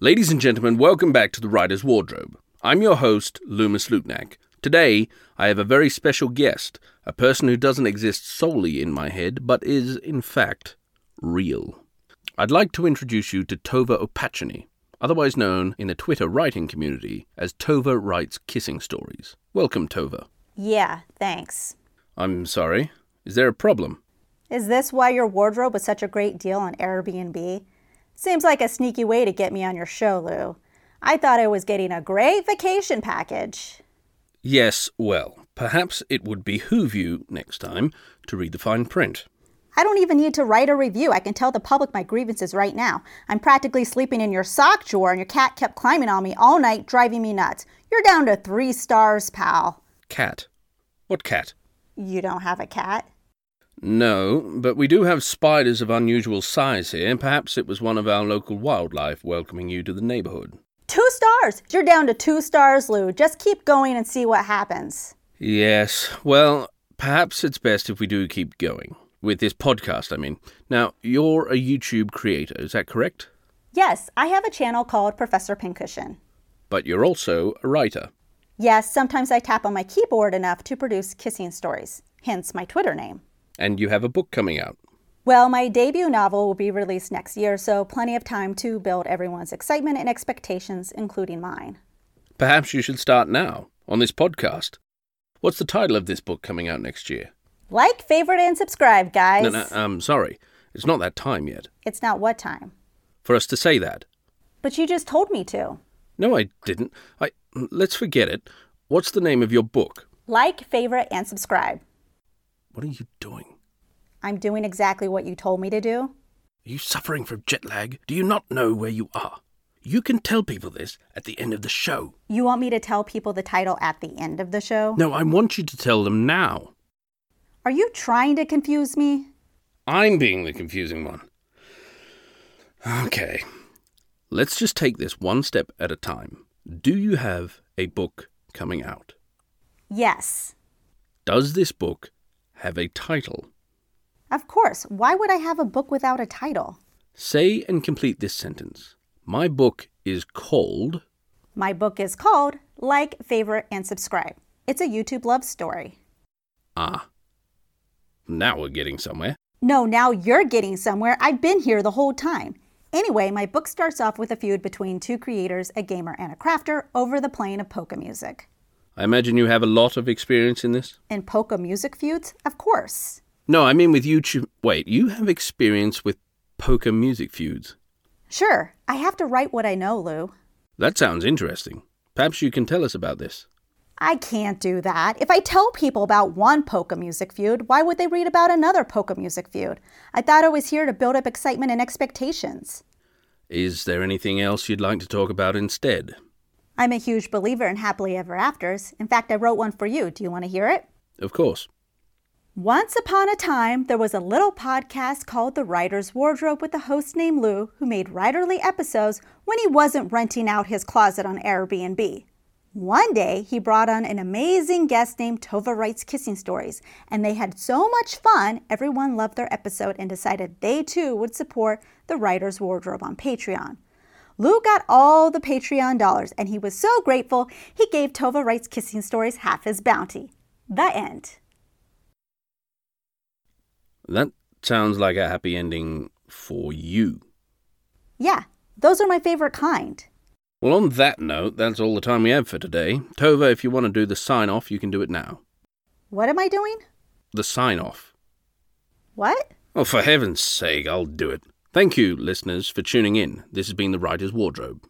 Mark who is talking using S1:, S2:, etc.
S1: Ladies and gentlemen, welcome back to the Writer's Wardrobe. I'm your host, Loomis Lutnak. Today, I have a very special guest, a person who doesn't exist solely in my head, but is, in fact, real. I'd like to introduce you to Tova Opacheny, otherwise known in the Twitter writing community as Tova Writes Kissing Stories. Welcome, Tova.
S2: Yeah, thanks.
S1: I'm sorry. Is there a problem?
S2: Is this why your wardrobe was such a great deal on Airbnb? Seems like a sneaky way to get me on your show, Lou. I thought I was getting a great vacation package.
S1: Yes, well, perhaps it would behoove you next time to read the fine print.
S2: I don't even need to write a review. I can tell the public my grievances right now. I'm practically sleeping in your sock drawer, and your cat kept climbing on me all night, driving me nuts. You're down to three stars, pal.
S1: Cat. What cat?
S2: You don't have a cat.
S1: No, but we do have spiders of unusual size here. Perhaps it was one of our local wildlife welcoming you to the neighborhood.
S2: Two stars! You're down to two stars, Lou. Just keep going and see what happens.
S1: Yes, well, perhaps it's best if we do keep going. With this podcast, I mean. Now, you're a YouTube creator, is that correct?
S2: Yes, I have a channel called Professor Pincushion.
S1: But you're also a writer.
S2: Yes, sometimes I tap on my keyboard enough to produce kissing stories, hence my Twitter name.
S1: And you have a book coming out.
S2: Well, my debut novel will be released next year, so plenty of time to build everyone's excitement and expectations, including mine.
S1: Perhaps you should start now, on this podcast. What's the title of this book coming out next year?
S2: Like, favorite, and subscribe, guys.
S1: No, uh, no, I'm sorry. It's not that time yet
S2: It's not what time.
S1: for us to say that.
S2: But you just told me to.
S1: No, I didn't. I let's forget it. What's the name of your book?
S2: Like, favorite, and subscribe.
S1: What are you doing?
S2: I'm doing exactly what you told me to do.
S1: Are you suffering from jet lag? Do you not know where you are? You can tell people this at the end of the show.
S2: You want me to tell people the title at the end of the show?
S1: No, I want you to tell them now.
S2: Are you trying to confuse me?
S1: I'm being the confusing one. Okay. Let's just take this one step at a time. Do you have a book coming out?
S2: Yes.
S1: Does this book have a title?
S2: Of course. Why would I have a book without a title?
S1: Say and complete this sentence. My book is called
S2: My book is called Like, Favorite, and Subscribe. It's a YouTube love story.
S1: Ah. Now we're getting somewhere.
S2: No, now you're getting somewhere. I've been here the whole time. Anyway, my book starts off with a feud between two creators, a gamer and a crafter, over the playing of polka music.
S1: I imagine you have a lot of experience in this.
S2: In polka music feuds? Of course.
S1: No, I mean with YouTube. Wait, you have experience with poker music feuds.
S2: Sure, I have to write what I know, Lou.
S1: That sounds interesting. Perhaps you can tell us about this.
S2: I can't do that. If I tell people about one polka music feud, why would they read about another polka music feud? I thought I was here to build up excitement and expectations.
S1: Is there anything else you'd like to talk about instead?
S2: I'm a huge believer in happily ever afters. In fact, I wrote one for you. Do you want to hear it?
S1: Of course.
S2: Once upon a time, there was a little podcast called The Writer's Wardrobe with a host named Lou who made writerly episodes when he wasn't renting out his closet on Airbnb. One day, he brought on an amazing guest named Tova Writes Kissing Stories, and they had so much fun, everyone loved their episode and decided they too would support The Writer's Wardrobe on Patreon. Lou got all the Patreon dollars, and he was so grateful he gave Tova Writes Kissing Stories half his bounty. The end.
S1: That sounds like a happy ending for you.
S2: Yeah, those are my favorite kind.
S1: Well, on that note, that's all the time we have for today. Tova, if you want to do the sign off, you can do it now.
S2: What am I doing?
S1: The sign off.
S2: What?
S1: Oh, for heaven's sake, I'll do it. Thank you, listeners, for tuning in. This has been The Writer's Wardrobe.